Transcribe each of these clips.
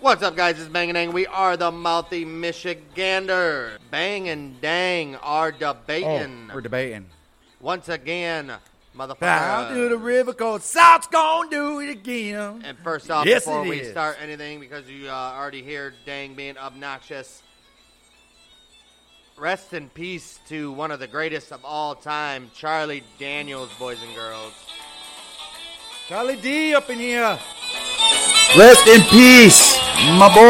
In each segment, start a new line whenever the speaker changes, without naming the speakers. What's up, guys? It's Bang and Dang. We are the Mouthy Michigander. Bang and Dang are debating
Oh, we're debating.
once again, motherfucker.
Down to the river called South's gonna do it again.
And first off,
Yes,
before
it
we
is.
start anything, because you uh, already hear Dang being obnoxious, rest in peace to one of the greatest of all time, Charlie Daniels, boys and girls.
Charlie D up in here. Rest in peace, my boy.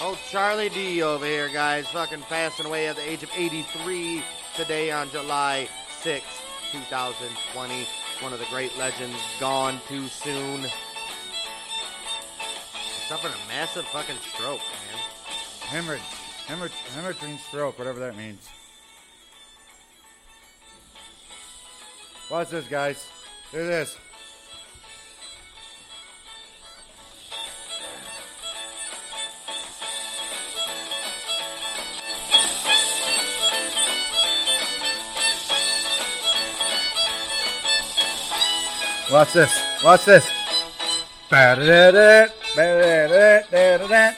Old Oh, Charlie D over here, guys, fucking passing away at the age of 83 today on July 6, 2020. One of the great legends gone too soon. Suffered a massive fucking stroke, man.
Hemorrhage, hemorrhage, hemorrhaging stroke, whatever that means. Watch this, guys. Look at this. Watch this. Watch this. Ba-da-da-da, ba-da-da-da, da-da-da.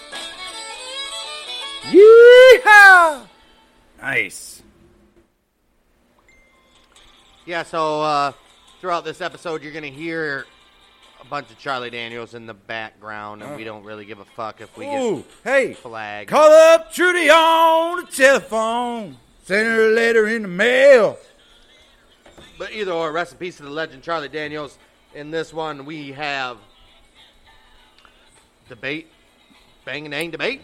Yeehaw! Nice.
Yeah, so uh, throughout this episode, you're going to hear a bunch of Charlie Daniels in the background, and we don't really give a fuck if we
Ooh,
get
hey,
flagged.
call up Trudy on the telephone. Send her a letter in the mail.
But either or, rest in peace to the legend Charlie Daniels. In this one, we have debate, bang and hang debate.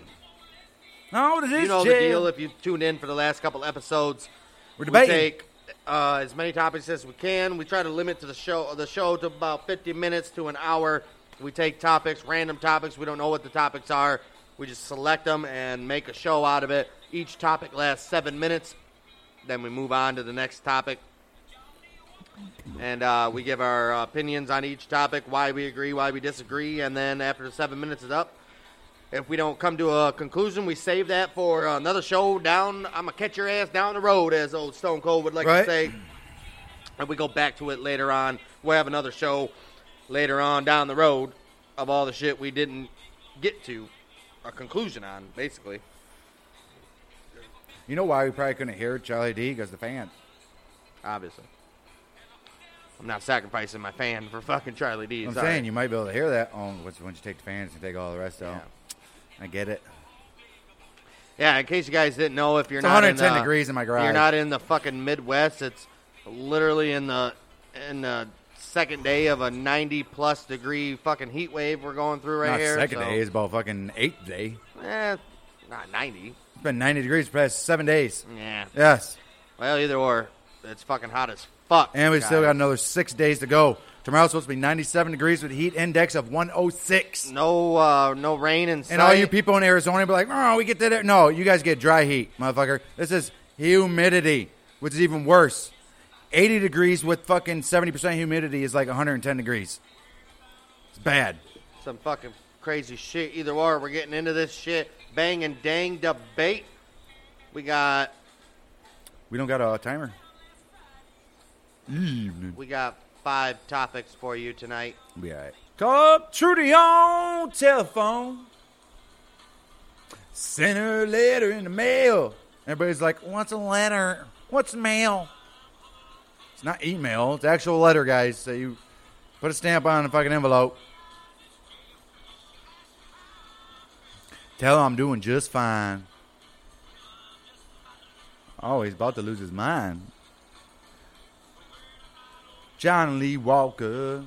No, this
You know the
jail.
deal. If you tuned in for the last couple episodes,
We're debating.
We take uh, as many topics as we can. We try to limit to the show the show to about 50 minutes to an hour. We take topics, random topics. We don't know what the topics are. We just select them and make a show out of it. Each topic lasts seven minutes. Then we move on to the next topic. And uh, we give our opinions on each topic, why we agree, why we disagree. And then after the seven minutes is up, if we don't come to a conclusion, we save that for another show down. I'm gonna catch your ass down the road, as old Stone Cold would like
Right.
to say. And we go back to it later on. We'll have another show later on down the road of all the shit we didn't get to a conclusion on, basically.
You know why we probably couldn't hear Charlie D? Because the fans.
Obviously, I'm not sacrificing my fan for fucking Charlie D.
I'm
sorry.
saying you might be able to hear that on once once you take the fans and take all the rest out. I get it.
Yeah, in case you guys didn't know, if you're
It's
not in
110
the,
degrees in my garage.
you're not in the fucking Midwest. It's literally in the in the second day of a 90 plus degree fucking heat wave we're going through right
Not
here.
second
so,
day. It's about fucking eighth day.
eh, not 90.
It's been 90 degrees for the past seven days.
Yeah.
Yes.
Well, either or, it's fucking hot as fuck.
And we still got
guys.
another six days to go. Tomorrow's supposed to be 97 degrees with a heat index of 106.
no uh, no rain in sight.
And all you people in Arizona be like, oh, we get that. No, you guys get dry heat, motherfucker. This is humidity, which is even worse. 80 degrees with fucking 70% humidity is like 110 degrees. It's bad.
some fucking crazy shit. Either or, we're getting into this shit. Bang and dang debate. We got
We don't got a timer.
we got five topics for you tonight.
We'll be all right. Call up Trudy on telephone. Send her a letter in the mail. Everybody's like, what's a letter? What's mail? It's not email. It's actual letter, guys. So you put a stamp on a fucking envelope. Tell her I'm doing just fine. Oh, he's about to lose his mind. John Lee Walker.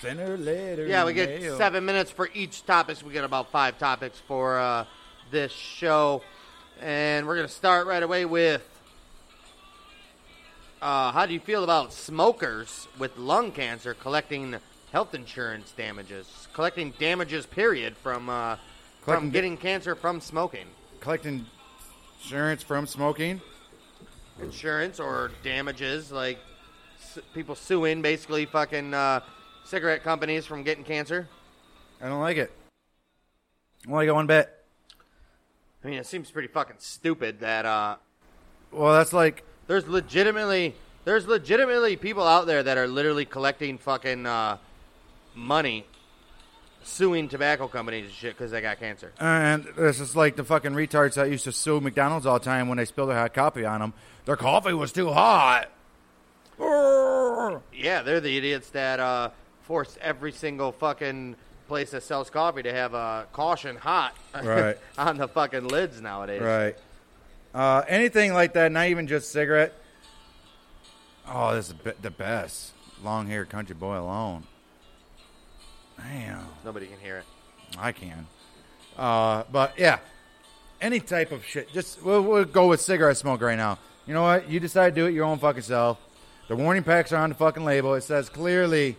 Send her a letter.
Yeah,
in
we
the
get
mail.
seven minutes for each topic. So we get about five topics for uh, this show, and we're gonna start right away with. Uh, how do you feel about smokers with lung cancer collecting health insurance damages, collecting damages period from uh,
Collecting
from
da-
getting cancer from smoking,
collecting insurance from smoking.
insurance or damages like s- people suing basically fucking uh, cigarette companies from getting cancer?
I don't like it. I don't like it one bit.
I mean, it seems pretty fucking stupid that uh,
Well, that's like
there's legitimately there's legitimately people out there that are literally collecting fucking uh, money, suing tobacco companies and shit because they got cancer.
And this is like the fucking retards that used to sue McDonald's all the time when they spilled their hot coffee on them. Their coffee was too hot. Urgh.
Yeah, they're the idiots that uh, force every single fucking place that sells coffee to have a uh, caution hot
Right.
on the fucking lids nowadays.
Right. Uh, anything like that, not even just cigarette. Oh, this is be- the best. Long hair country boy alone. Damn,
Nobody can hear it.
I can. Uh, but yeah, any type of shit. Just we'll, we'll go with cigarette smoke right now. You know what? You decide to do it your own fucking self. The warning packs are on the fucking label. It says clearly,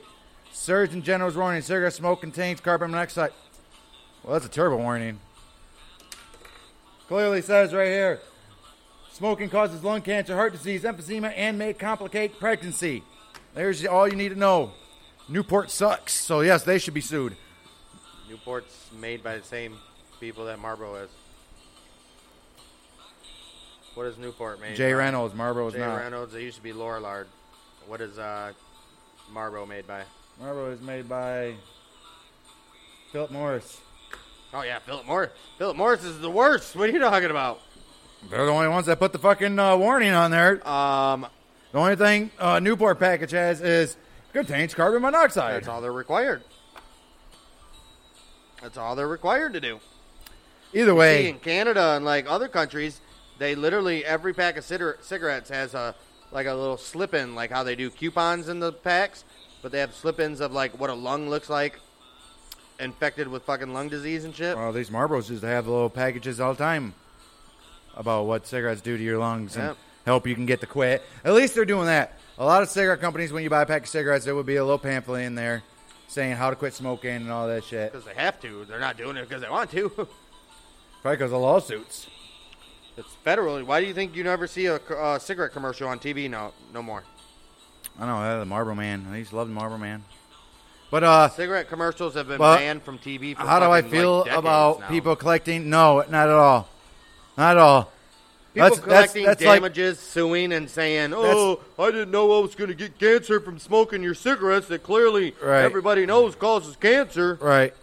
Surgeon General's warning: cigarette smoke contains carbon monoxide. Well, that's a turbo warning. Clearly says right here, smoking causes lung cancer, heart disease, emphysema, and may complicate pregnancy. There's all you need to know. Newport sucks, so yes, they should be sued.
Newport's made by the same people that Marlboro is. What is Newport made?
Jay
by?
Reynolds, Marlboro's
Jay
not.
Reynolds. It used to be Lorillard. What is uh, Marlboro made by?
Marlboro is made by Philip Morris.
Oh yeah, Philip Morris. Philip Morris is the worst. What are you talking about?
They're the only ones that put the fucking uh, warning on there.
Um,
The only thing uh, Newport package has is contains carbon monoxide.
that's all they're required. That's all they're required to do.
Either
See,
way,
in Canada and like other countries, they literally every pack of cigar- cigarettes has a like a little slip in, like how they do coupons in the packs, but they have slip ins of like what a lung looks like, infected with fucking lung disease and shit.
well, these Marlboros used to have little packages all the time about what cigarettes do to your lungs and
Yep.
help you can get to quit. At least they're doing that. A lot of cigarette companies, when you buy a pack of cigarettes, there would be a little pamphlet in there saying how to quit smoking and all that shit.
Because they have to. They're not doing it because they want to.
Probably because of lawsuits.
it's federal. Why do you think you never see a c- uh, cigarette commercial on TV? No, no more.
I don't know, uh, the Marlboro Man. I used to love the Marlboro Man. But uh,
Cigarette commercials have been
Well,
banned from TV. For
How do I
fucking, like,
feel
decades
about
now.
people collecting? No, not at all. Not at all.
People
That's- that's-
collecting
that's like-
damages, suing, and saying, "Oh, I didn't know I was going to get cancer from smoking your cigarettes." That clearly
Right.
everybody knows causes cancer.
Right.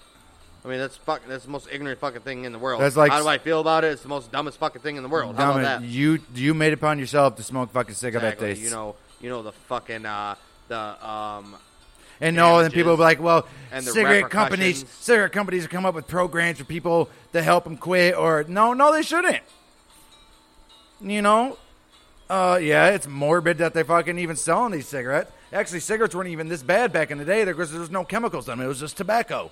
I mean, that's fuck. That's the most ignorant fucking thing in the world.
That's like-
how do I feel about it? It's the most dumbest fucking thing in the world. How
Dumb
about that?
it. You you made it upon yourself to smoke fucking cigarette
Exactly.
days.
You know, you know the fucking uh, the um,
and no, and
damages
people will be like, well,
and the
cigarette companies,
repercussions.
cigarette companies come up with programs for people to help them quit, or no, no, they shouldn't. You know, uh, yeah, it's morbid that they're fucking even selling these cigarettes. Actually, cigarettes weren't even this bad back in the day because there was no chemicals in them; it was just tobacco.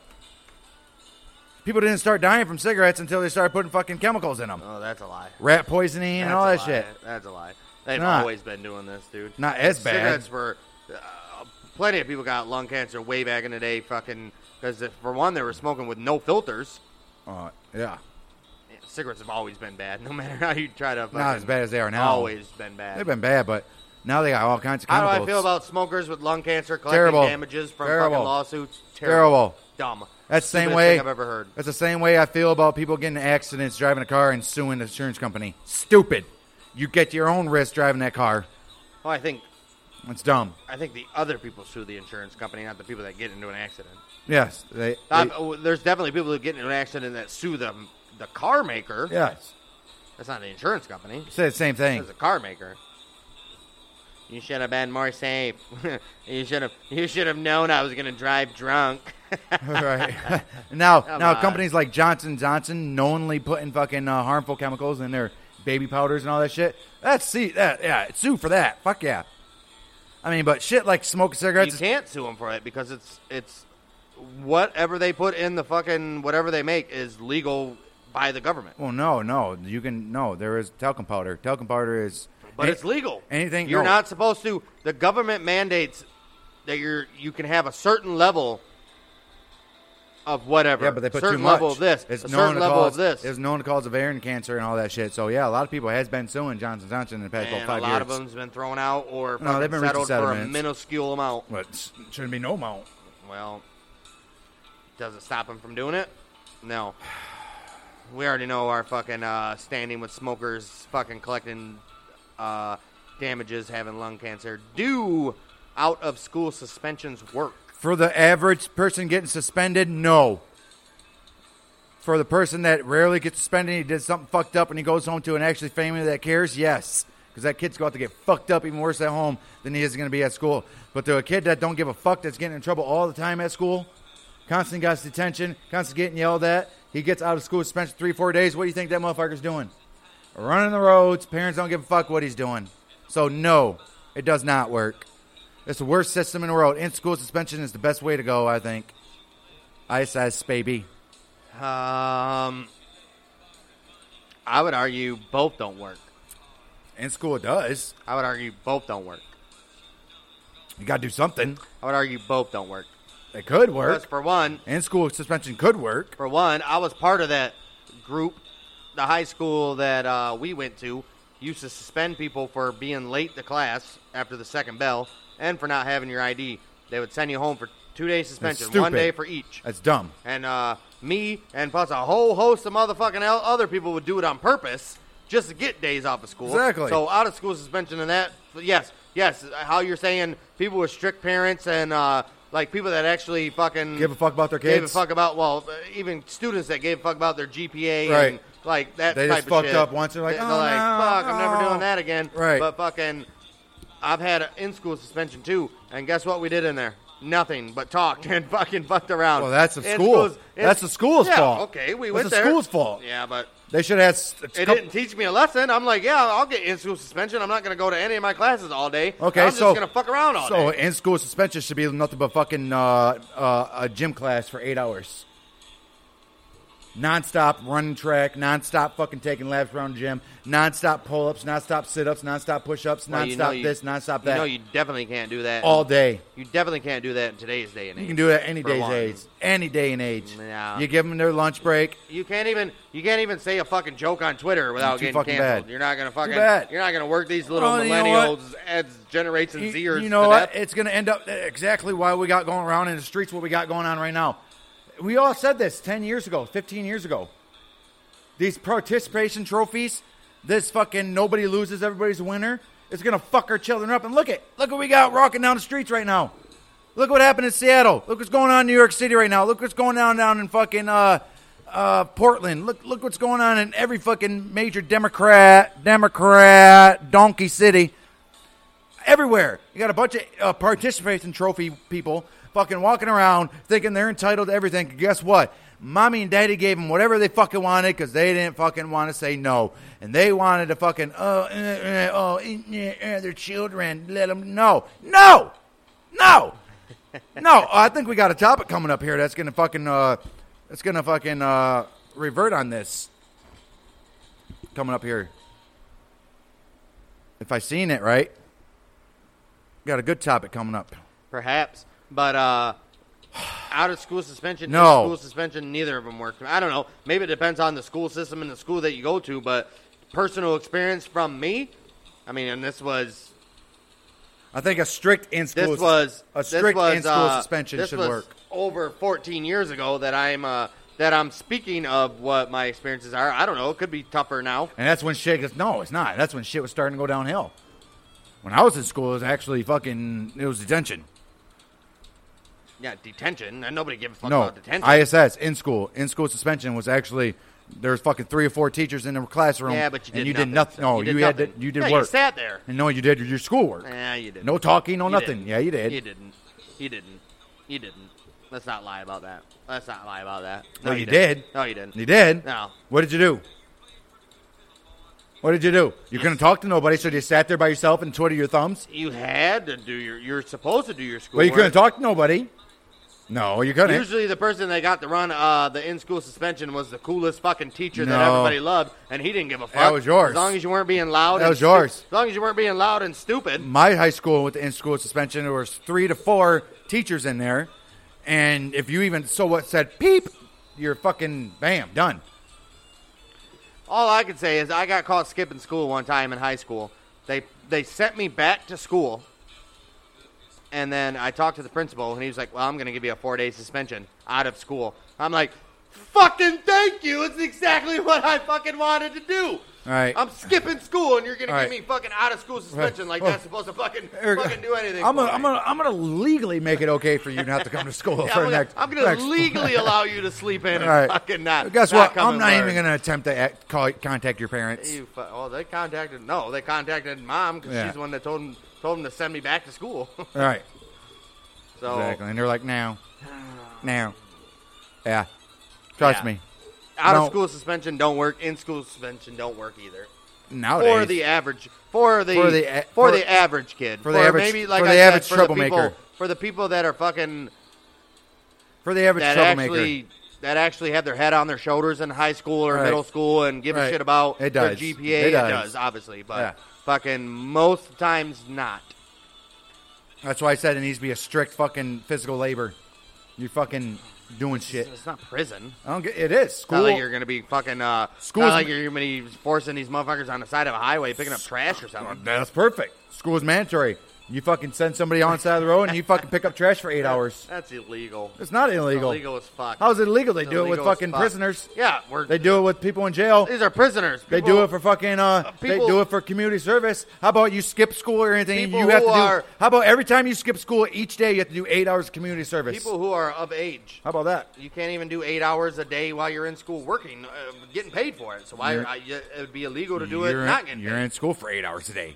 People didn't start dying from cigarettes until they started putting fucking chemicals in them.
oh, that's a lie.
rat poisoning and
That's
all
a
that
lie.
shit.
That's a lie. They've
Nah.
always been doing this, dude.
Not as bad.
Cigarettes were. Uh, plenty of people got lung cancer way back in the day, fucking. Because for one, they were smoking with no filters.
Uh, yeah,
Cigarettes have always been bad, no matter how you try to.
not
fucking-
as bad as they are now.
Always been bad.
They've been bad, but now they got all kinds of
how
chemicals.
do I feel about smokers with lung cancer collecting
Terrible.
damages from
Terrible.
fucking lawsuits?
Terrible.
Dumb.
That's the same
Stupidest
way
thing I've ever heard.
That's the same way I feel about people getting in accidents driving a car and suing the insurance company. Stupid. You get your own risk driving that car.
Oh, I think
It's dumb.
I think the other people sue the insurance company, not the people that get into an accident.
Yes. They,
Um,
they-
oh, there's definitely people who get into an accident that sue the the car maker.
yes.
That's not the insurance company.
Say the same thing.
That's the car maker. You should have been more safe. you should have you should have known I was gonna drive drunk.
right. now,
Come
now
on.
companies like Johnson Johnson knowingly putting fucking uh, harmful chemicals in their baby powders and all that shit. That's see that yeah, sue for that. Fuck yeah. I mean, but shit like smoking cigarettes
you
is
can't sue them for it because it's it's whatever they put in the fucking whatever they make is legal by the government.
Well, no, no, you can no. There is talcum powder. Talcum powder is,
But
eh,
it's legal.
anything-
you're
no.
not supposed to. The government mandates that you're you can have a certain level of whatever.
Yeah, but they put
certain
too much.
level of this.
It's
a
known
certain
to
level
cause,
of this.
It's known to cause ovarian cancer and all that shit. So yeah, a lot of people has been suing Johnson Johnson in the past
and
about five
a lot
years.
of them's been thrown out or
No, they've
fucking
been reaching
settled for a
settlements.
minuscule amount.
But s- shouldn't be no amount.
Well, does it stop him from doing it? No. We already know our fucking uh, standing with smokers fucking collecting uh, damages having lung cancer due out of school suspensions work.
For the average person getting suspended, no. For the person that rarely gets suspended, he did something fucked up and he goes home to an actually family that cares, yes. Because that kid's going to get fucked up even worse at home than he is going to be at school. But to a kid that don't give a fuck, that's getting in trouble all the time at school, constantly got detention, constantly getting yelled at, he gets out of school suspension three, four days. What do you think that motherfucker's doing? Running the roads. Parents don't give a fuck what he's doing. So no, it does not work. It's the worst system in the world. In school suspension is the best way to go, I think. Ice ice baby.
Um, I would argue both don't work.
In school it does.
I would argue both don't work.
You gotta do something.
I would argue both don't work.
It could
Because
work.
for one,
In school suspension could work.
for one, I was part of that group. The high school that uh, we went to used to suspend people for being late to class after the second bell and for not having your ID. They would send you home for two day suspension, one
stupid.
day for each.
That's dumb.
And uh, me and plus a whole host of motherfucking el- other people would do it on purpose just to get days off of school.
Exactly.
So out of school suspension and that, yes, yes. How you're saying people with strict parents and uh, like people that actually fucking
Give a fuck about their kids.
gave a fuck about well, uh, even students that gave a fuck about their GPA and
Right.
like that.
They
type
just
of
fucked
shit.
up once, they're like, "Oh, no,
fuck, I'm never
no."
doing that again.
Right.
But fucking, I've had an in-school suspension too, and guess what we did in there? Nothing but talked and fucking fucked around.
Well, that's the
In
school.
schools- in-
That's the school's
yeah,
fault.
Okay, we
That's
went
the
there.
school's fault.
Yeah, but
They should have. s- a
it
couple-
didn't teach me a lesson. I'm like, yeah, I'll get in-school suspension. I'm not gonna go to any of my classes all day.
Okay,
I'm
so
just gonna fuck around all
so
day.
in school suspension should be nothing but fucking uh, uh, a gym class for eight hours, nonstop running track, nonstop fucking taking laps around the gym, nonstop pull ups, nonstop sit ups, nonstop push ups,
Well,
nonstop
you know you-
this, nonstop
You
that, Oh,
know, you definitely can't do that
all day.
You definitely can't do that in today's day and age.
You can do that any
For
day's
one.
age, any day and age.
Yeah.
You give them their lunch break.
You can't even you can't even say a fucking joke on Twitter without
Too
getting
fucking
canceled.
bad.
You're not gonna fucking
bad.
you're not gonna work these little
Oh, you know
millennials as generation
You,
Zers.
you know
to
what?
death.
It's going to end up exactly why we got going around in the streets. What we got going on right now. We all said this ten years ago, fifteen years ago. These participation trophies, this fucking nobody loses, everybody's a winner. It's going to fuck our children up. And look at look what we got rocking down the streets right now. Look what happened in Seattle. Look what's going on in New York City right now. Look what's going on down in fucking uh, uh, Portland. Look look what's going on in every fucking major Democrat Democrat donkey city everywhere. You got a bunch of uh, participation trophy people fucking walking around thinking they're entitled to everything. Guess what? Mommy and daddy gave them whatever they fucking wanted because they didn't fucking want to say no. And they wanted to fucking, oh, uh, uh, oh, uh, uh, their children, let them know. No! No! no, Oh, I think we got a topic coming up here that's going to fucking, uh, that's going to fucking, uh, revert on this. Coming up here. If I seen it right. Got a good topic coming up.
Perhaps, but uh, out of school suspension,
No.
in school suspension. Neither of them worked. I don't know. Maybe it depends on the school system and the school that you go to. But personal experience from me, I mean, and this was
I think a strict in school
this was
a
this
strict
was,
in school
uh,
suspension
this
should
was
work.
Over 14 years ago, that I'm uh, that I'm speaking of what my experiences are. I don't know. It could be tougher now.
And that's when shit gets no, it's not. That's when shit was starting to go downhill. When I was in school, it was actually fucking it was detention.
Yeah, detention. And nobody gives a fuck
No,
about detention.
ISS in school in school suspension was actually there's fucking three or four teachers in the classroom.
yeah, but you did
and
nothing.
did nothing. No,
you, did
had
nothing.
to, you did
yeah,
work.
You sat there.
and no, you did your schoolwork.
Yeah, you didn't.
No talking, no
You
nothing.
didn't.
Yeah, you did.
You didn't. You didn't. You didn't. Let's not lie about that. Let's not lie about that.
No, you
didn't.
did.
No, you didn't.
You did.
No.
What did you do? What did you do? You couldn't talk to nobody, so you sat there by yourself and twiddled your thumbs.
You had to do your. You're supposed to do your school.
Well, you couldn't talk to nobody. No, you couldn't.
Usually, the person that got the run, uh, the in-school suspension, was the coolest fucking teacher that
No.
everybody loved, and he didn't give a fuck.
was yours.
As long as you weren't being loud.
That
and
was yours.
stu- As long as you weren't being loud and stupid.
My high school with the in-school suspension, there was three to four teachers in there, and if you even so what said peep, you're fucking bam done.
All I can say is I got caught skipping school one time in high school. They they sent me back to school And then I talked to the principal, and he was like, "Well, I'm going to give you a four day suspension out of school." I'm like, "Fucking thank you! It's exactly what I fucking wanted to do."
All right.
I'm skipping school, and you're going to
All
give
right.
me fucking out of school suspension like
Oh.
that's supposed to fucking
Eric,
fucking do anything.
I'm gonna,
for
I'm
me.
gonna, I'm gonna legally make it okay for you not to come to school
Yeah,
for
I'm gonna,
next.
I'm gonna
next-
legally allow you to sleep in and
All right.
fucking not.
Guess
not
what?
come
I'm
and
not
learn.
even gonna attempt to act, call, contact your parents.
You fu- oh, they contacted. No, they contacted mom because
Yeah.
she's the one that told him told him to send me back to school.
All right.
so
Exactly. And they're like, now, now, yeah. Trust
Yeah.
me.
out
No.
of school suspension don't work. In school suspension don't work either.
Nowadays,
For the average, for the
Oh, For
for
the
the,
a- for-
average kid,
for the average-
maybe like
for
I
the
said,
average
for
troublemaker.
the people, for the people that are fucking
for the average
that
troublemaker,
actually that actually have their head on their shoulders in high school or
Right.
middle school and give
Right.
a shit about
It
their
does.
GPA.
It does.
obviously, but
Yeah.
fucking most times not.
that's why I said it needs to be a strict fucking physical labor. You're fucking doing shit.
It's not prison.
I don't get it. Is
It's Not
school?
like you're gonna be fucking. Uh, it's
Schools-
not like you're gonna be forcing these motherfuckers on the side of a highway picking up trash or something.
That's perfect. School is mandatory. You fucking send somebody on the side of the road and you fucking pick up trash for eight hours.
That's illegal.
It's not illegal.
Illegal as fuck.
How is it illegal? They
It's
do it with
illegal as
fucking
fuck.
prisoners.
Yeah, we're
They do it with people in jail.
these are prisoners.
They
People-
do it for fucking. Uh, they
people-
do it for community service. How about you skip school or anything?
People
You have to
who
do.
are-
how about every time you skip school each day, you have to do eight hours of community service.
people who are of age.
how about that?
You can't even do eight hours a day while you're in school working, uh, getting paid for it. So why
You're-
I, you- it would be illegal to do
you're
it
in,
not getting
you're
paid.
in school for eight hours a day.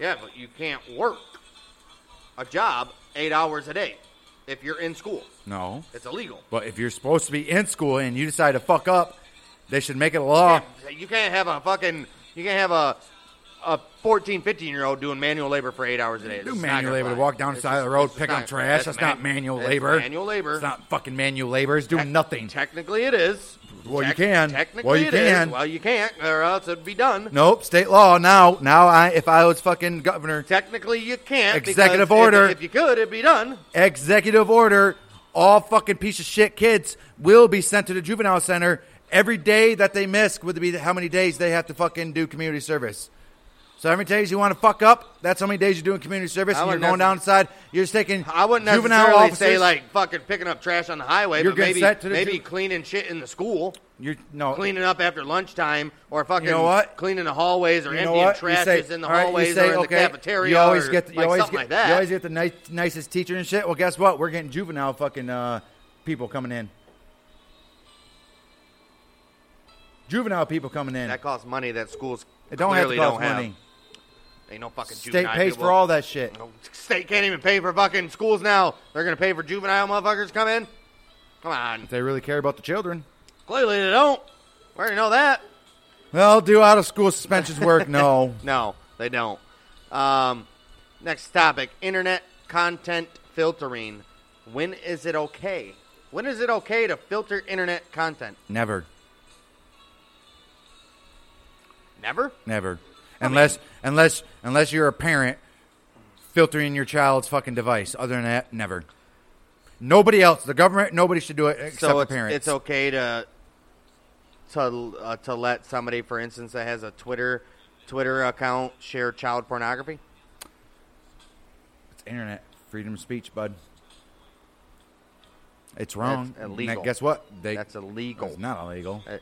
Yeah, but you can't work a job eight hours a day if you're in school.
No,
It's illegal.
but if you're supposed to be in school and you decide to fuck up, they should make it a law.
Yeah, you can't have a fucking you can't have a a 14, 15 year old doing manual labor for eight hours a day. It's
Do
just
manual
not gonna
labor to
fly.
walk down the
It's
side of the
just-
road
it's just
picking up
not-
trash.
it's
That's
man-
not manual
it's
labor.
Manual labor.
It's not fucking manual labor. It's doing
Tec-
nothing.
Technically, it is.
Well, you can.
Technically,
Well, you
it is.
can.
Well, you can't, or else it'd be done.
Nope, state law. Now, now, I if I was fucking governor,
Technically, you can't. because
Executive
if-
order.
If, you could, it'd be done.
executive order, all fucking piece of shit kids will be sent to the juvenile center every day that they miss would be how many days they have to fucking do community service. So how many days you want to fuck up? That's how many days you're doing community service.
I
And you're
wouldn't
going down the side. You're just taking
I wouldn't
juvenile
necessarily
officers.
say like fucking picking up trash on the highway,
You're
but
getting
maybe
set to the
maybe
ju-
cleaning shit in the school,
you're no
cleaning up after lunchtime, or fucking
You know what?
cleaning the hallways or
You know
emptying
what? You
trash
say-
that's in the
all right, you
hallways
say,
or in
okay,
the cafeteria.
You always
or,
get the, you
like,
always
something
get,
like that.
You always get the nice, nicest teacher and shit. Well, guess what? We're getting juvenile fucking uh, people coming in. Juvenile people coming in.
that costs money that schools
It don't have to
clearly
cost
don't have.
money.
Ain't no fucking
State
juvenile
pays
people.
for all that shit.
No, State can't even pay for fucking schools now. They're gonna pay for juvenile motherfuckers to come in. Come on,
If they really care about the children.
clearly they don't. We already know that.
Well, do out of school suspensions work? No.
No, they don't. Um, next topic: internet content filtering. When is it okay? When is it okay to filter internet content?
Never.
Never.
Never. Unless unless unless you're a parent filtering your child's fucking device. Other than that, never. Nobody else, the government, nobody should do it except
so
the
it's,
parents.
it's okay to to uh, to let somebody, for instance, that has a Twitter Twitter account share child pornography.
It's internet freedom of speech, bud. It's wrong.
That's illegal.
Now, guess what? They,
That's illegal.
It's not illegal.
Uh,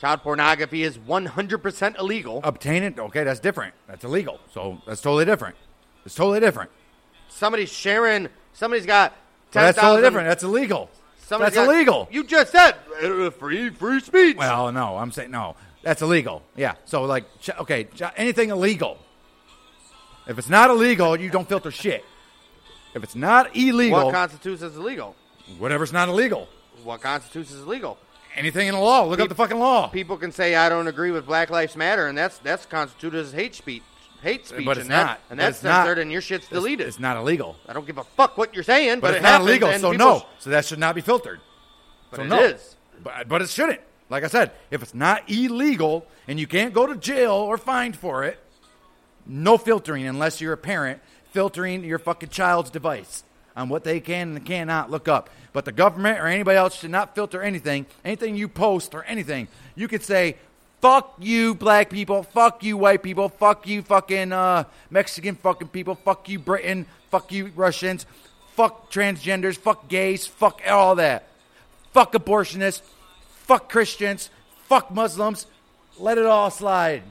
child pornography is 100% illegal.
Obtain it. Okay, that's different. That's illegal. So that's totally different. It's totally different.
somebody's sharing. Somebody's got
But
10,000.
that's totally different. That's illegal.
somebody's
that's
got-
illegal.
You just said uh, free free speech.
well, no, I'm saying no. That's illegal. Yeah. So like, ch- okay, ch- anything illegal. If it's not illegal, you don't filter shit. If it's not illegal,
what constitutes as illegal?
whatever's not illegal,
What constitutes as illegal?
anything in the law, look up the fucking law.
People can say I don't agree with Black Lives Matter, and that's that's constituted as hate speech. Hate speech,
But it's
and that-
not.
and
But
that's
it's not.
censored, and your shit's deleted.
It's not illegal.
I don't give a fuck what you're saying,
but,
but,
it's
it
not
happens,
illegal,
and
so
people
no.
sh-
so that should not be filtered.
But
So
it
no.
is.
But, but it shouldn't. Like I said, if it's not illegal and you can't go to jail or fined for it, no filtering unless you're a parent filtering your fucking child's device on what they can and cannot look up. But the government or anybody else should not filter anything, anything you post or anything. You could say, fuck you, black people, fuck you, white people, fuck you, fucking uh, Mexican fucking people, fuck you, Britain, Fuck you, Russians. Fuck transgenders. Fuck gays. Fuck all that. Fuck abortionists. Fuck Christians. Fuck Muslims. Let it all slide.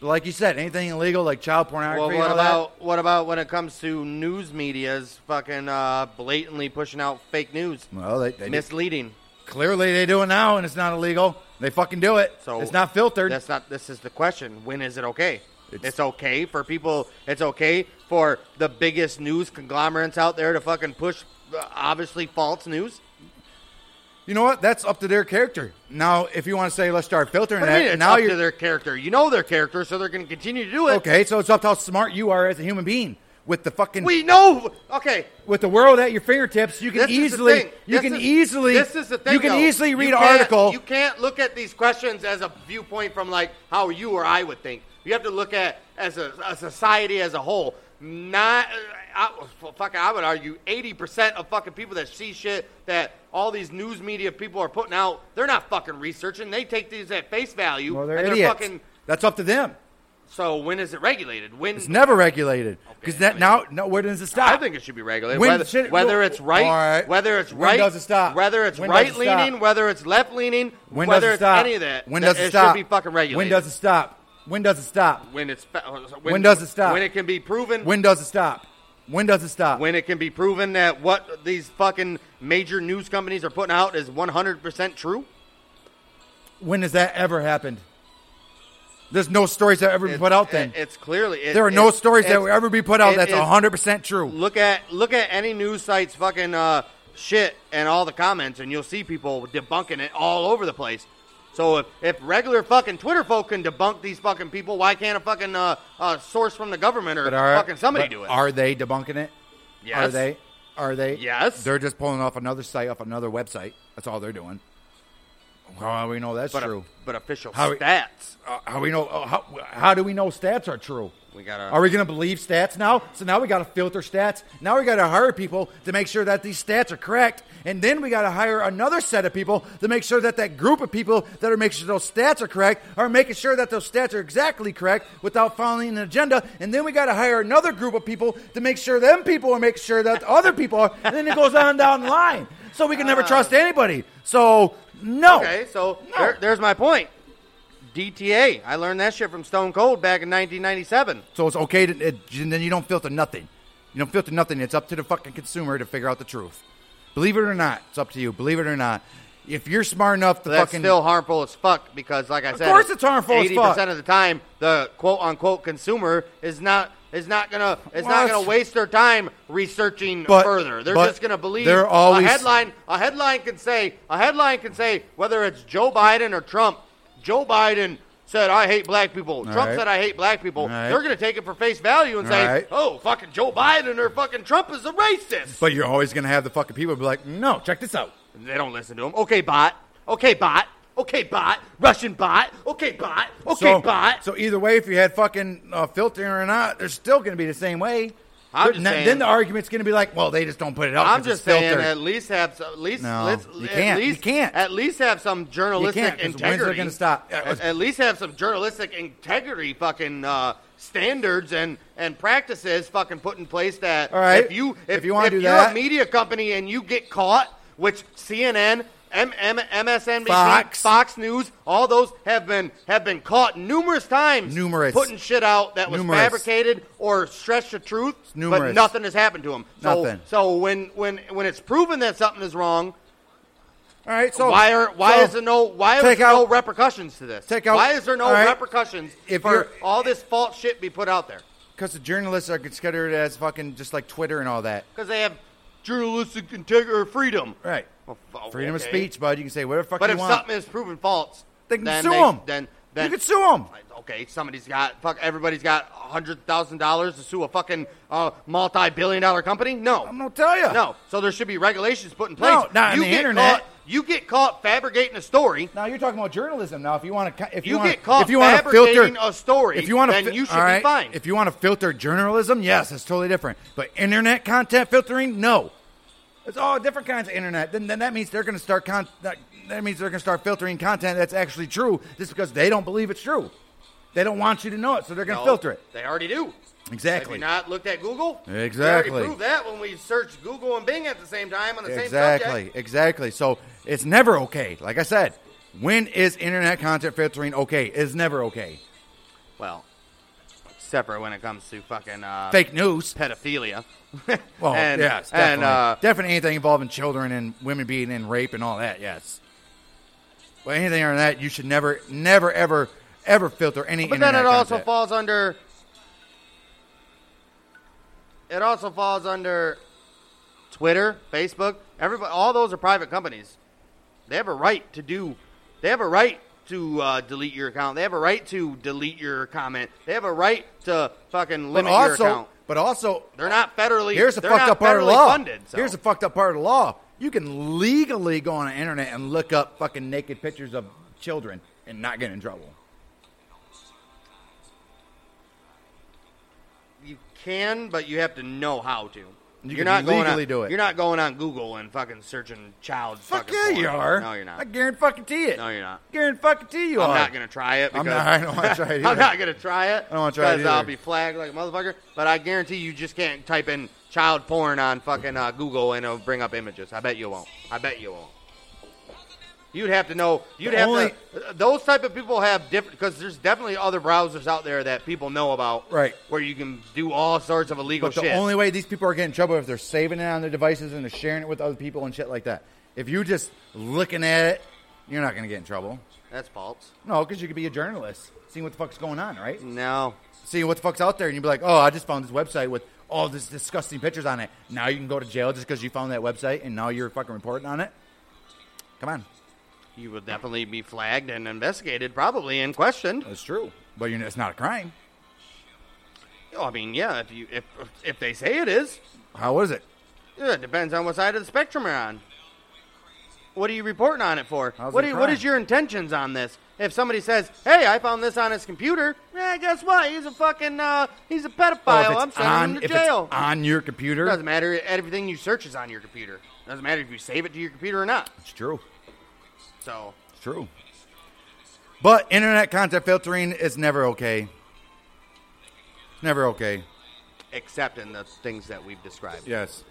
But like you said, anything illegal like child
Well,
pornography.
what
all that,
about what about when it comes to news media's fucking uh, blatantly pushing out fake news,
Well, they, they
misleading?
clearly they do it now, and it's not illegal. They fucking do it.
So
it's not filtered.
That's not. This is the question. When is it okay? It's,
It's-
okay for people. It's okay for the biggest news conglomerates out there to fucking push uh, obviously false news.
You know what? That's up to their character. Now, if you want to say let's start filtering
What do
that,
you mean it's
now
up
you're
to their character. You know their character, so they're going to continue to do it.
okay. So it's up to how smart you are as a human being. With the fucking
We know. Okay.
with the world at your fingertips, you
This
can
is the
easily
thing.
you
This
can
is-
easily
This is the thing.
you can
though.
easily read
You
an
can't-
article.
You can't look at these questions as a viewpoint from like how you or I would think. You have to look at as a, a society as a whole. Not, uh, I, well, fucking, I would argue eighty percent of fucking people that see shit that all these news media people are putting out, they're not fucking researching. They take these at face value.
well, they're
and
idiots.
They're fucking,
That's up to them.
so when is it regulated? When
It's never regulated because
Okay, I
that
mean-
now no where does it stop?
I think it should be regulated.
When
whether,
should-
whether it's right,
All right.
whether it's
When
right,
does it stop?
Whether it's
When does it
right leaning,
stop?
whether it's left leaning,
when
whether
does it
it's
stop?
any of that,
when
that
does it,
it
stop?
should be fucking regulated.
When does it stop? When does it stop?
When it's fa- when,
When does it stop?
When it can be proven.
When does it stop? When does it stop?
when it can be proven that what these fucking major news companies are putting out is 100% true.
When has that ever happened? There's no stories that have ever been
It's-
put out then.
it- it's clearly it-
there are no
it's-
stories that
it's-
will ever be put out
it-
that's
it's-
100% true.
Look at look at any news site's fucking uh, shit and all the comments, and you'll see people debunking it all over the place. So if, if regular fucking Twitter folk can debunk these fucking people, why can't a fucking uh, uh, source from the government or
But are,
fucking somebody
but
do it?
Are they debunking it?
Yes.
Are they? Are they?
Yes.
They're just pulling off another site, off another website. That's all they're doing. How do we know that's
but, uh,
true?
but official
How-
stats.
Uh, how we know? Uh, how, how do we know stats are true?
We gotta-
Are we gonna believe stats now? So now we gotta filter stats. Now we gotta hire people to make sure that these stats are correct, and then we gotta hire another set of people to make sure that that group of people that are making sure those stats are correct are making sure that those stats are exactly correct without following an agenda, and then we gotta hire another group of people to make sure them people are making sure that other people are, and then it goes on down the line. So we can never trust anybody. So no.
Ah. Okay, so
No.
there, there's my point. DTA. I learned that shit from Stone Cold back in 1997.
So it's okay to it, and then you don't filter nothing. You don't filter nothing. It's up to the fucking consumer to figure out the truth. Believe it or not, it's up to you. Believe it or not, if you're smart enough to
That's
fucking
still harmful as fuck because, like I said,
course it's harmful as
Eighty
fuck.
percent of the time, the quote unquote consumer is not is not gonna is
Well,
not gonna
it's-
waste their time researching
But-
further. They're
but
just gonna believe
they're always-
a headline. A headline can say a headline can say whether it's Joe Biden or Trump. Joe Biden said I hate black people. Trump
right.
said I hate black people.
All right.
They're gonna take it for face value and
All
say,
right.
oh fucking Joe Biden or fucking Trump is a racist.
but you're always gonna have the fucking people be like, no, check this out.
They don't listen to him. Okay, bot. Okay, bot. Okay, bot. Russian bot. Okay, bot. Okay,
so,
bot.
So either way, if you had fucking uh, filtering or not, they're still gonna be the same way.
I'm
They're
just
not-
saying-
then the argument's gonna be like, well, they just don't put it out.
I'm
'cause it's
just saying,
filtered.
at least have some, at least
No,
let's,
you
at
can't. You
least
can't.
at least have some journalistic
You can't, 'cause when's it
integrity.
gonna stop? Uh,
At, at least have some journalistic integrity, fucking uh, standards and and practices, fucking put in place. That
All right.
if you if,
If you wanna do
you're a
that-
media company and you get caught, which CNN. M- M- MSNBC,
Fox.
Fox News, all those have been have been caught numerous times,
Numerous.
putting shit out that was
Numerous.
fabricated or stretched the truth, but
numerous.
nothing has happened to them. So,
Nothing.
so when when when it's proven that something is wrong,
all right. So
why are why
so
is there no why is
take
there no
out-
repercussions to this?
take out-
why is there no
all right.
repercussions
If
for
you're-
all this false shit be put out there?
Because the journalists are considered as fucking just like Twitter and all that.
Because they have journalistic integrity or freedom.
Right.
Well, f- oh,
Freedom of
okay.
speech, bud. You can say whatever the fuck
But
you
if
want.
something is proven false,
They can
then
sue
they-
'em.
Then, then
you can sue them.
Okay, somebody's got fuck. Everybody's got hundred thousand dollars to sue a fucking uh, multi-billion-dollar company. No,
I'm gonna tell you.
No, so there should be regulations put in place.
No, not on the
get
internet.
Caught, you get caught fabricating a story.
Now you're talking about journalism. Now, if you want to, if you,
You
want,
get caught
if you want to filter
fabricating a story,
if you want to,
then you should be fine.
If you want to filter journalism, yes, it's totally different. But internet content filtering, no, it's all different kinds of internet. Then, then that means they're going to start con- that, that means they're going to start filtering content that's actually true, just because they don't believe it's true. They don't want you to know it, so they're going
No,
to filter it.
They already do. Have you
Exactly.
not looked at Google?
Exactly.
We already proved that when we searched Google and Bing at the same time on the same
Exactly.
subject.
Exactly. So it's never okay. Like I said, when is internet content filtering okay? It's never okay.
Well, separate when it comes to fucking uh,
Fake news.
pedophilia.
Well,
and,
yes, definitely.
and uh,
definitely anything involving children and women being in rape and all that. Yes. Well, anything on that, you should never, never, ever, ever filter any.
but
internet
then it also
content.
falls under. It also falls under Twitter, Facebook, everybody. All those are private companies. They have a right to do. They have a right to uh, delete your account. They have a right to delete your comment. They have a right to fucking
But
limit
also,
your account.
but also,
They're not federally.
here's the
they're
fucked
not
up part of the
federally
law.
Funded, so.
Here's the fucked up part of the law. You can legally go on the internet and look up fucking naked pictures of children and not get in trouble.
you can, but you have to know how to.
You
are
can
not going
legally
on,
do it.
You're not going on Google and fucking searching child.
Fuck
fucking
yeah,
porn.
you are.
No, you're not.
I guarantee fucking it.
No, you're not.
Guarantee fucking you
I'm
are.
not gonna try it.
I'm
because-
not- I don't wanna try it
I'm
either.
not gonna try it.
I don't wanna try it
because I'll
either.
be flagged like a motherfucker. But I guarantee you just can't type in child porn on fucking uh, Google and it'll bring up images. I bet you won't. I bet you won't. You'd have to know. You'd
The
have
only-
to. uh, Those type of people have different because there's definitely other browsers out there that people know about,
Right.
Where you can do all sorts of illegal
But the
shit.
only way these people are getting in trouble is if they're saving it on their devices and they're sharing it with other people and shit like that. If you just looking at it, you're not going to get in trouble.
That's false.
No, because you could be a journalist, seeing what the fuck's going on, right?
No.
Seeing what the fuck's out there, and you'd be like, oh, I just found this website with all this disgusting pictures on it. Now you can go to jail just because you found that website and now you're fucking reporting on it. Come on,
You would definitely be flagged and investigated, probably, and questioned.
that's true, but you're, it's not a crime.
Oh, I mean, yeah, if you if if they say it is,
How is it?
yeah, it depends on what side of the spectrum you're on. What are you reporting on it for?
How's
what do
it a
you- what
crime?
is your intentions on this? If somebody says, "Hey, I found this on his computer," eh, guess what? He's a fucking uh, he's a pedophile.
Well, Oh, if
I'm
it's
sending
on,
him to
if
jail.
it's on your computer,
doesn't matter. Everything you search is on your computer. Doesn't matter if you save it to your computer or not.
it's true.
So
It's true. But internet content filtering is never okay. It's never okay.
except in the things that we've described.
Yes.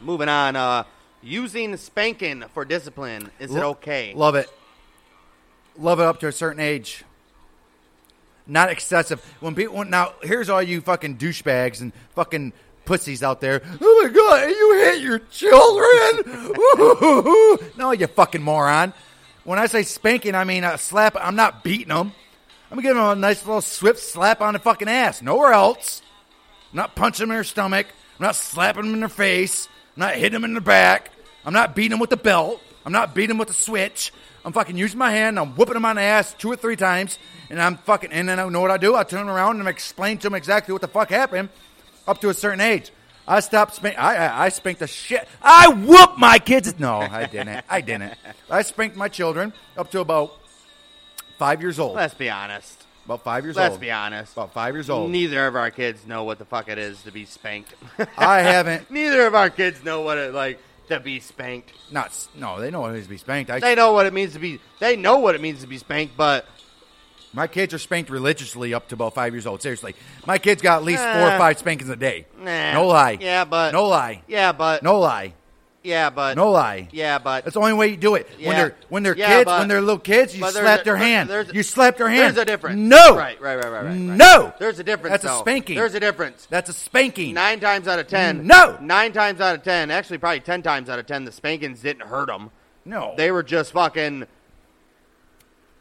Moving on, uh, using spanking for discipline is it okay?
Love it. Love it up to a certain age. Not excessive. When people when- now here's all you fucking douchebags and fucking pussies out there. Oh my god, you hit your children. Ooh. no, you fucking moron. When I say spanking, I mean a slap. I'm not beating them. I'm giving them a nice little swift slap on the fucking ass. Nowhere else. I'm not punching them in their stomach. I'm not slapping them in their face. I'm not hitting them in the back. I'm not beating them with the belt. I'm not beating them with the switch. I'm fucking using my hand. I'm whooping them on the ass two or three times. And I'm fucking, and then I know what I do. I turn around and I explain to them exactly what the fuck happened up to a certain age. I stopped spank. I, I, I spanked the shit. I whooped my kids. No, I didn't. I didn't. I spanked my children up to about five years old.
Let's be honest.
About five years
Let's
old.
be honest.
About five years old.
Neither of our kids know what the fuck it is to be spanked.
I haven't.
Neither of our kids know what it like to be spanked.
Not s- no, they know what it is to be spanked. I,
They know what it means to be. They know what it means to be spanked, but
my kids are spanked religiously up to about five years old. Seriously, my kids got at least four
Nah.
or five spankings a day.
nah.
No lie.
Yeah, but
no lie.
Yeah, but
No lie.
Yeah, but
No lie.
Yeah, but
That's the only way you do it.
Yeah.
When they're when they're
Yeah,
kids,
but-
when they're little kids, you
but there's
slap
a-
their
there-
hand.
there's-
You slap their hand.
there's a difference.
No.
Right, right, right, right, right, right.
No.
There's a difference.
That's
though.
a spanking.
There's a difference.
That's a spanking.
Nine times out of ten.
No!
Nine times out of ten, actually probably ten times out of ten, the spankings didn't hurt them.
no.
They were just fucking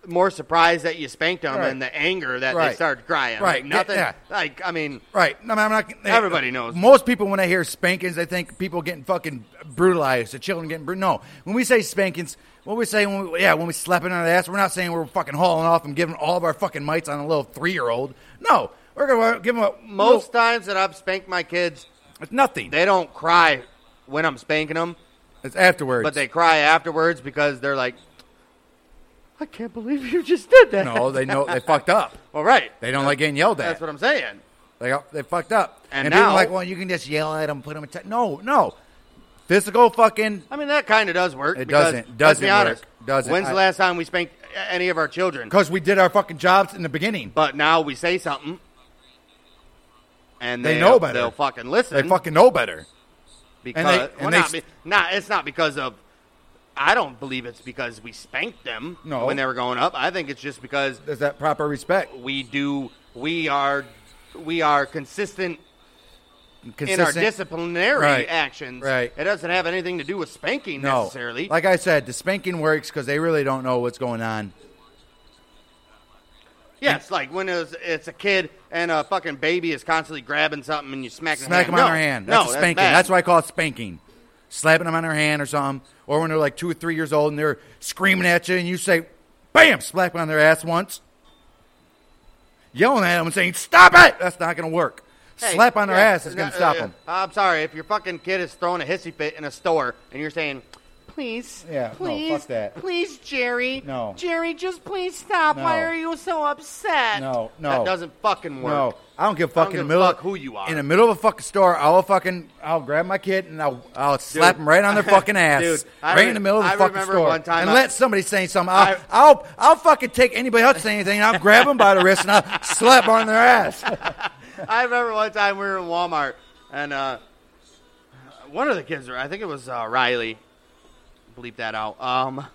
more surprised that you spanked them
Right.
and the anger that they
Right.
started crying.
Right.
Like, nothing.
Yeah.
Like I mean,
Right. No, I'm not. uh,
Everybody knows.
Most people, when they hear spankings, they think people getting fucking brutalized, the children getting brutal. No, when we say spankings, what we say when we, yeah, when we slapping on the ass, we're not saying we're fucking hauling off and giving all of our fucking mites on a little three year old. No, we're gonna give them a
most times that I've spanked my kids,
It's nothing.
they don't cry when I'm spanking them,
it's afterwards.
but they cry afterwards because they're like, "I can't believe you just did that."
no, they know they fucked up.
All right.
They don't like getting yelled at.
That's what I'm saying.
They got, they fucked up.
And
people are
now-
like, well, you can just yell at them, put them. In t-. No, no, physical fucking.
I mean, that kind of does work.
It
because,
doesn't-
Let's be
doesn't work.
honest.
Doesn't.
When's the
I-
last time we spanked a- any of our children?
Because we did our fucking jobs in the beginning.
But now we say something. and
They
they'll-
know better.
They'll fucking listen.
They fucking know better.
because
they-
well,
and they
not,
st-
be- not- it's not because of. I don't believe it's because we spanked them
No.
when they were growing up. I think it's just because
There's that proper respect.
we do we are we are consistent, in our
Consistent-
disciplinary
Right.
actions.
Right.
It doesn't have anything to do with spanking
no.
necessarily.
Like I said, the spanking works because they really don't know what's going on.
Yes, like when it's, it's a kid and a fucking baby is constantly grabbing something and you smack them.
Smack them on
no,
their hand.
No,
That's a spanking.
bad.
That's why I call it spanking. Slapping them on their hand or something. Or when they're like two or three years old and they're screaming at you and you say, bam, slap them on their ass once. Yelling at them and saying, stop it! That's not going to work.
Hey,
Slap on their
yeah,
ass is going
uh,
to stop
uh,
them.
I'm sorry if your fucking kid is throwing a hissy fit in a store and you're saying, "Please,
Yeah, no,
please,
fuck that.
please, Jerry,
No.
Jerry, just please stop.
No.
Why are you so upset?
No, no.
that doesn't fucking work.
No, I don't give a
I
fuck
don't
in the
give a
middle
fuck who you are.
In the middle of a fucking store, I'll fucking I'll grab my kid and I'll I'll slap them right on their fucking ass,
Dude, I
right
re-
in the middle of the
I
fucking
remember
store.
one time
and
I-
let somebody say something. I'll,
I-
I, will i I'll fucking take anybody else saying anything. And I'll grab them by the wrist and I'll slap on their ass.
I remember one time we were in Walmart and uh, one of the kids, I think it was uh, Riley, bleep that out. Um,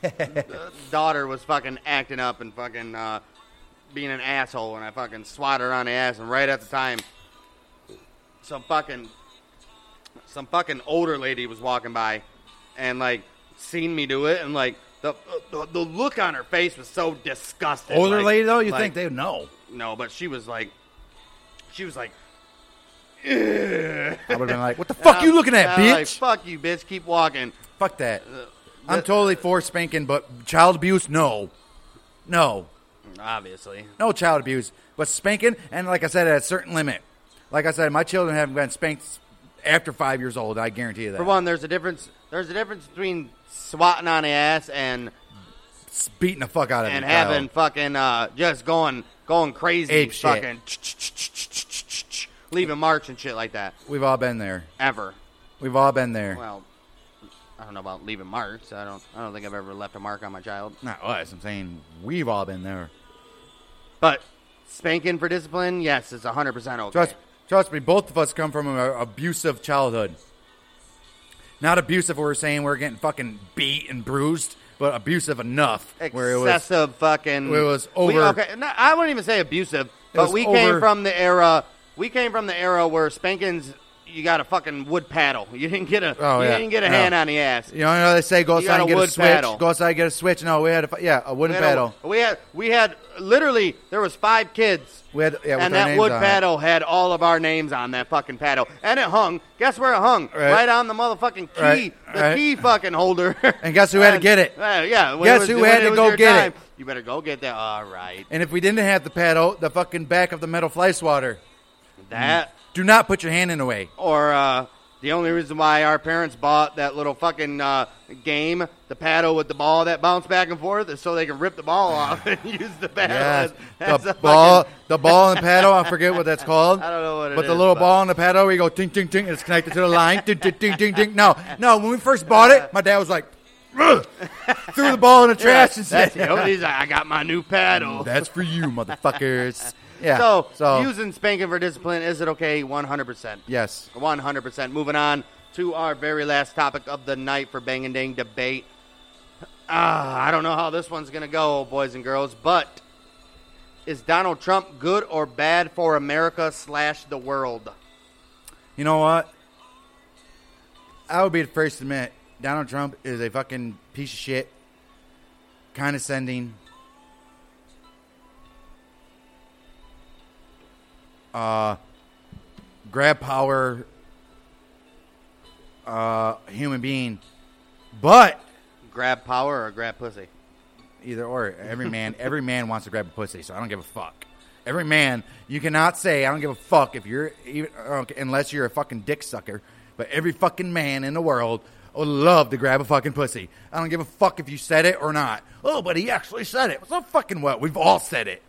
the daughter was fucking acting up and fucking uh, being an asshole, and I fucking swatted her on the ass, and right at the time, some fucking some fucking older lady was walking by, and like seen me do it, and like. The, the, the look on her face was so disgusted.
Older
like-
lady though, you
like-
think they know?
no, but she was like, she was like,
I would have been like, "What the fuck
and
you
I'm-
looking at,
and I'm
bitch?
like, Fuck you, bitch. Keep walking.
Fuck that." I'm totally for spanking, but child abuse, no, no.
Obviously,
No child abuse, but spanking, and like I said, at a certain limit. Like I said, my children haven't been spanked after five years old. I guarantee you that.
for one, there's a difference. There's a difference between swatting on the ass and
It's beating the fuck out of
and
me,
having fucking uh, just going going crazy,
Ape shit.
fucking leaving marks and shit like that.
We've all been there.
Ever.
We've all been there.
Well, I don't know about leaving marks. I don't. I don't think I've ever left a mark on my child.
Not us. I'm saying we've all been there.
But spanking for discipline, yes, is 100 percent okay.
Trust, trust me. Both of us come from an abusive childhood. Not abusive. We're saying we're getting fucking beat and bruised, but abusive enough where it was
excessive fucking.
where it was
We,
over-
okay, no, I wouldn't even say abusive, but
was
we came
over-
from the era. We came from the era where spankings. You got a fucking wood paddle. You didn't get a.
Oh,
you
yeah.
didn't get a
No.
hand on the ass.
You know, you know they say go
You got a
outside and get a
wood
switch.
paddle.
Go outside and get a switch. No, we had a fu- yeah a wooden
We had,
paddle.
a- we had we had literally there was five kids.
We had- yeah, with
and
our
that
names
wood
on it.
paddle had all of our names on that fucking paddle, and it hung. Guess where it hung?
Right.
on the motherfucking key,
Right,
the
right.
key fucking holder.
And guess who had to get it?
Uh, yeah. when
Guess
was-
who
when
had to
was
go
your
get it?
time, You better go get that. All right.
And if we didn't have the paddle, the fucking back of the metal fly swatter.
That
Do not put your hand in the way.
or uh, the only reason why our parents bought that little fucking uh, game, the paddle with the ball that bounced back and forth, is so they can rip the ball off and use the paddle.
Yes,
as- as
the
a
ball,
fucking-
the ball and paddle. I forget what that's called.
I don't know what it
But the
is,
little
but-
ball and the paddle, we go ting ting ting. It's connected to the line. Ting ting ting ting ting. No, no. When we first bought it, my dad was like, "Ugh," threw the ball in the trash and
That's the
said,
only reason I got my new paddle.
"That's for you, motherfuckers." Yeah.
so, using spanking for discipline, is it okay? 100%.
yes,
100%. Moving on to our very last topic of the night for Bang and Dang debate. Ah, I don't know how this one's going to go, boys and girls, but is Donald Trump good or bad for America slash the world?
you know what? I would be the first to admit Donald Trump is a fucking piece of shit, condescending. Uh, grab power. Uh, human being, but
Grab power or grab pussy?
either or every man every man wants to grab a pussy so i don't give a fuck every man you cannot say i don't give a fuck if you're even okay, unless you're a fucking dick sucker but every fucking man in the world would love to grab a fucking pussy i don't give a fuck if you said it or not oh but he actually said it so fucking what we've all said it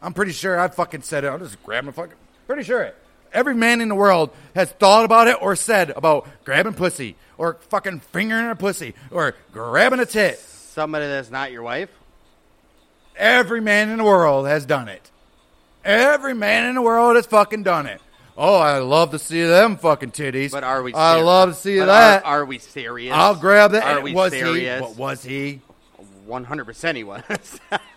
i'm pretty sure i fucking said it i'll just grab my fucking pretty sure it every man in the world has thought about it or said about grabbing pussy or fucking fingering a pussy or grabbing a tit
Somebody that's not your wife?
Every man in the world has done it. Every man in the world has fucking done it. Oh, I love to see them fucking titties.
But are we?
I
ser-
love to see
but are-
that.
Are, we serious?
I'll grab that.
Are
And
we
was
serious?
he? What was he?
One hundred percent, he was.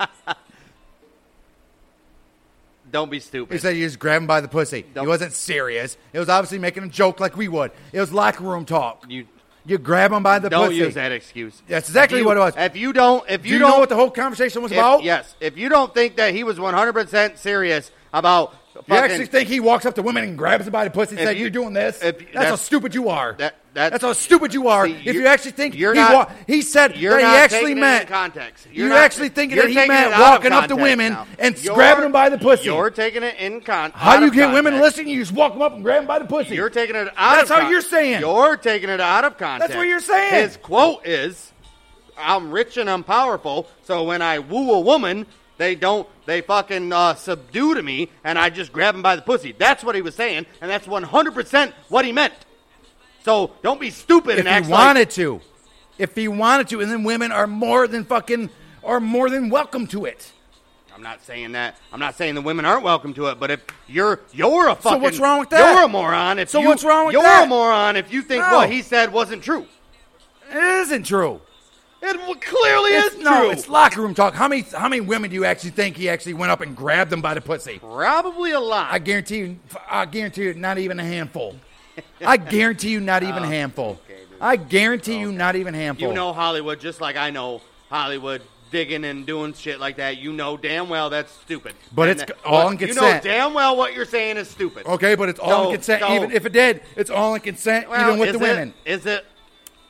Don't be stupid.
He said you just grabbed him by the pussy.
Don't-
He wasn't serious. It was obviously making a joke like we would. It was locker room talk.
you
You grab him by the
don't
pussy.
use that excuse.
That's exactly
If you-
what it was.
If you don't, if
Do
you,
you,
don't,
know what the whole conversation was
if-
about?
yes, if you don't think that he was one hundred percent serious about
You
fucking-
actually think he walks up to women and grabs them by the pussy and
If
says,
you-
you, are doing this?
if-
that's, how
that's-
stupid you are.
that- that-
that's how stupid you are.
See,
if
you-
you actually think
you're
he,
not-
wa- he said
you're
that he
not
actually
taking it
meant
in context.
You're,
not-
actually thinking
you're
that he
taking it out
meant
of
walking up to
context
women
now.
and
You're-
grabbing them by the pussy.
You're taking it in con.
how
out
do you
of
get women to
context.
listen to you? Just walk them up and grab them by the pussy.
You're taking it out.
That's
of
how you're saying.
You're taking it out of context.
That's what you're saying.
His quote is, "I'm rich and I'm powerful, so when I woo a woman, they don't they fucking uh, subdue to me, and I just grab them by the pussy." That's what he was saying, and that's 100 percent what he meant. So don't be stupid and
if
act
he
like-
wanted to, if he wanted to, and then women are more than fucking are more than welcome to it.
I'm not saying that. I'm not saying the women aren't welcome to it, but if you're you're a fucking
what's wrong with that?
You're a moron. If
So
you,
what's wrong with
you're
that?
a moron if you think
No.
what he said wasn't true.
It isn't true.
It w- clearly
It's,
is
no,
true.
it's locker room talk. How many how many women do you actually think he actually went up and grabbed them by the pussy?
Probably a lot.
I guarantee you. I guarantee you, not even a handful. I guarantee you, not even a handful.
Oh, okay, dude.
I guarantee you, not even a handful.
you know Hollywood just like I know Hollywood digging and doing shit like that. You know damn well that's stupid.
But
And
it's
that-
all in
but You know
consent.
damn well what you're saying is stupid.
Okay, but it's all
No,
in consent.
no.
Even if it did, it's all in consent,
Well,
even with
is
the
it-
women.
Is it?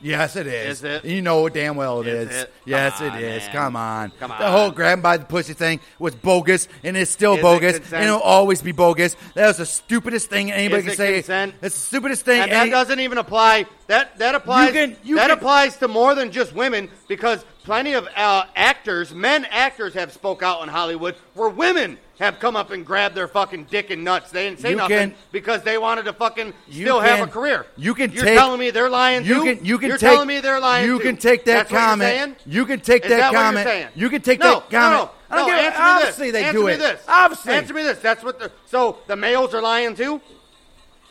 Yes, it is.
Is it?
You know damn well it
Is
is.
it?
Yes,
Come on,
it is.
man.
Come on.
Come
The
on.
whole grabbing by the pussy thing was bogus, and it's still
Is it
bogus,
consent?
and it'll always be bogus. That was the stupidest thing anybody
Is
can
it
say.
consent?
It's the stupidest thing.
And that
any-
doesn't even apply. That that applies.
can- you
that
can-
applies to more than just women because plenty of uh, actors, men actors, have spoke out in Hollywood where women have come up and grabbed their fucking dick and nuts. They didn't say
You
nothing
can-
because they wanted to fucking
You
still have
can-
a career.
you can
You're
take-
telling me they're lying.
You
too?
can you can
You're
take
telling me they're lying.
You
too?
can take that
That's what you're saying?
comment. You can take
Is
that,
that what you're
comment.
saying?
you can take
no,
that comment.
No, no,
I
no.
don't give
answer
a-
me this.
obviously they
Answer
do
me
it.
This.
Obviously.
answer me this. That's what. The, so the males are lying too.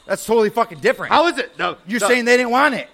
That's totally fucking different.
How is it? The,
You're
the-
saying they didn't want it.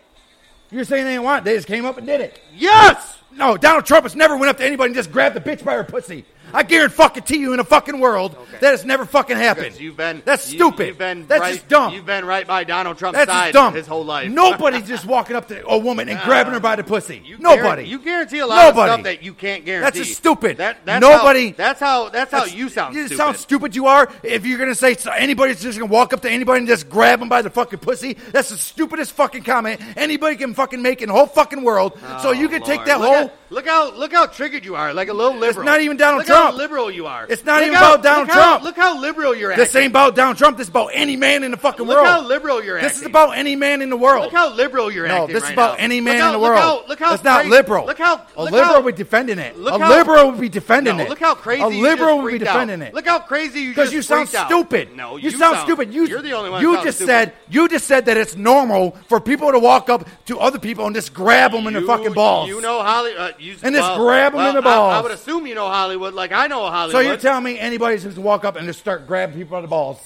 You're saying they didn't want it. They just came up and did it.
yes.
No, Donald Trump has never went up to anybody and just grabbed the bitch by her pussy. I guarantee fucking to you in a fucking world that has never fucking happened.
Because You've been
That's
you-
stupid.
You've been
That's
right,
just dumb.
You've been right by Donald Trump's
That's
side
just dumb.
his whole life.
Nobody's just walking up to a woman and grabbing her by the pussy.
You guaran-
Nobody.
you guarantee a lot
Nobody.
of stuff that you can't guarantee.
just stupid.
That, that's
Nobody-
How, that's how. That's,
That's-
how you sound.
You
stupid.
sound stupid. You are. If you're gonna say so, anybody's just gonna walk up to anybody and just grab them by the fucking pussy, that's the stupidest fucking comment anybody can fucking make in the whole fucking world. so you can take
Oh, Lord.
that
look
whole.
At, look how look how triggered you are. Like a little liberal.
not even Donald
look
Trump.
How liberal you are.
It's not
Look
even
how-
about Donald
look how-
Trump.
look how liberal you're at.
This ain't about Donald Trump. This is about any man in the fucking
Look
world.
how liberal you're
This is
acting.
about any man in the world.
Look how liberal you're
no,
acting.
this is
right
about
now.
any
Look
man
how-
in the
look
world.
how- Look how
that's not
crazy-
liberal.
Look how
a
look
liberal
how-
would be defending it.
look
a
how-
liberal would be defending
No,
it.
look how crazy.
A
you
liberal
just
would be
freaked out.
defending it.
Look how crazy you
because
just
you sound
freaked out.
stupid.
No,
you, sound, stupid. You,
are the only one.
You
that sounds
just
stupid.
said you just said that it's normal for people to walk up to other people and just grab them in the
You-
fucking balls.
You know Hollywood. Uh, you,
And just
well,
grab 'em in
well,
the
I- I,
balls.
would assume you know Hollywood, like I know Hollywood.
so you're telling me anybody's just walk up and just start grabbing people by the balls?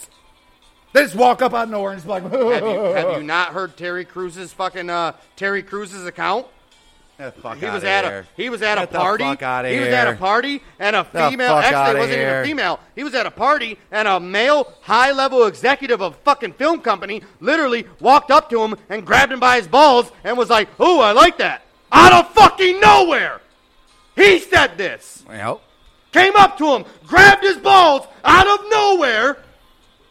They just walk up out of nowhere and just be like,
have you, have you not heard Terry Cruz's fucking uh, Terry Cruz's account?
Get the fuck
He was
outta
at
here.
a he was at
Get
a
the
party.
fuck outta
he was at a
here.
party and a
The
female.
fuck
Actually,
outta
it wasn't even
here.
a female. He was at a party and a male high level executive of a fucking film company literally walked up to him and grabbed him by his balls and was like, "Ooh, I like that." Out of fucking nowhere, he said this.
Well,
Came up to him, grabbed his balls out of nowhere.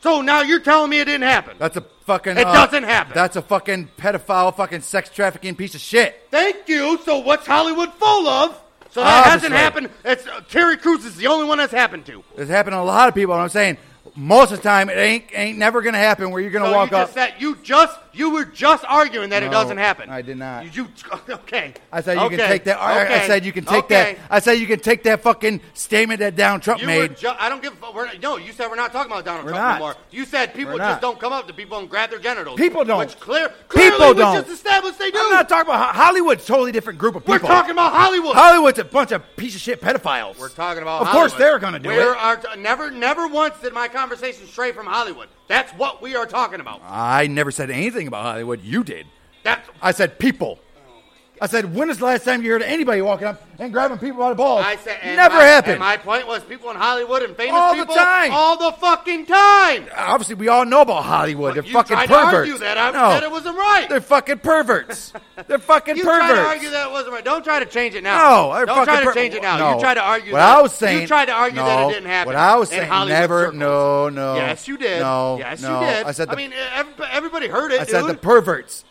So now you're telling me it didn't happen?
that's a fucking.
It
uh,
doesn't happen.
That's a fucking pedophile, fucking sex trafficking piece of shit.
Thank you. So what's Hollywood full of? So that hasn't
Obviously.
happened. It's uh, Terry Crews is the only one that's happened to.
It's happened to a lot of people. And I'm saying most of the time, it ain't ain't never gonna happen where you're gonna
So
walk
you
up.
just said you just You were just arguing that it
No,
doesn't happen.
I did not.
You, you- okay.
I said you
okay.
can take that. I, I
okay,
said you can take
okay.
that. I said you can take that fucking statement that Donald Trump
You were
made.
ju- I don't give. a fu- We're, no, you said we're not talking about Donald
We're
Trump
not.
anymore. You said people
We're
just
not.
don't come up to people and grab their genitals.
People don't.
Which clear, clearly
People
we
don't.
just established they do.
I'm not talking about Ho- Hollywood's a totally different group of
we're
people.
talking about Hollywood.
Hollywood's a bunch of piece of shit pedophiles.
We're talking about.
Of
Hollywood.
course, they're gonna do
Where
it.
Are t- never, never once did my conversation stray from Hollywood. That's what we are talking about.
I never said anything about Hollywood. You did.
That's.
I said people. I said, when is the last time you heard anybody walking up and grabbing people by the balls?
I said. and
Oh, never
my,
happened.
And my point was, people in Hollywood and famous
All the
people
time.
all the fucking time.
Obviously, we all know about Hollywood. They're
you
fucking
tried
perverts.
to argue that. I
no,
said it wasn't right.
They're fucking perverts. They're fucking
You
perverts.
tried to argue that it wasn't right. Don't try to change it now.
No, they're
don't try
fucking
to
per-
change it now.
No.
You tried to argue.
What
that,
I was saying.
You tried to argue that
no.
it didn't happen.
What I was
in
saying.
Hollywood
Never.
circles.
No. No.
Yes, you did.
No.
Yes,
no.
you did.
I said. The,
I mean, ev- everybody heard it.
I said
dude.
the perverts.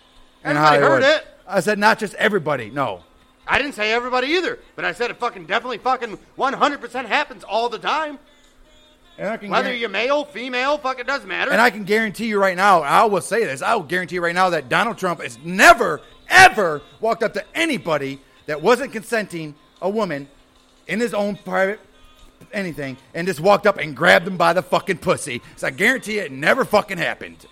in
Everybody heard
Hollywood.
it.
I said not just everybody. No.
I didn't say everybody either, but I said it fucking definitely fucking 100% happens all the time.
And I can
Whether
guarantee-
you're male, female, fucking doesn't matter.
And I can guarantee you right now, I will say this, I will guarantee you right now that Donald Trump has never, ever walked up to anybody that wasn't consenting a woman in his own private anything and just walked up and grabbed them by the fucking pussy. So I guarantee it never fucking happened.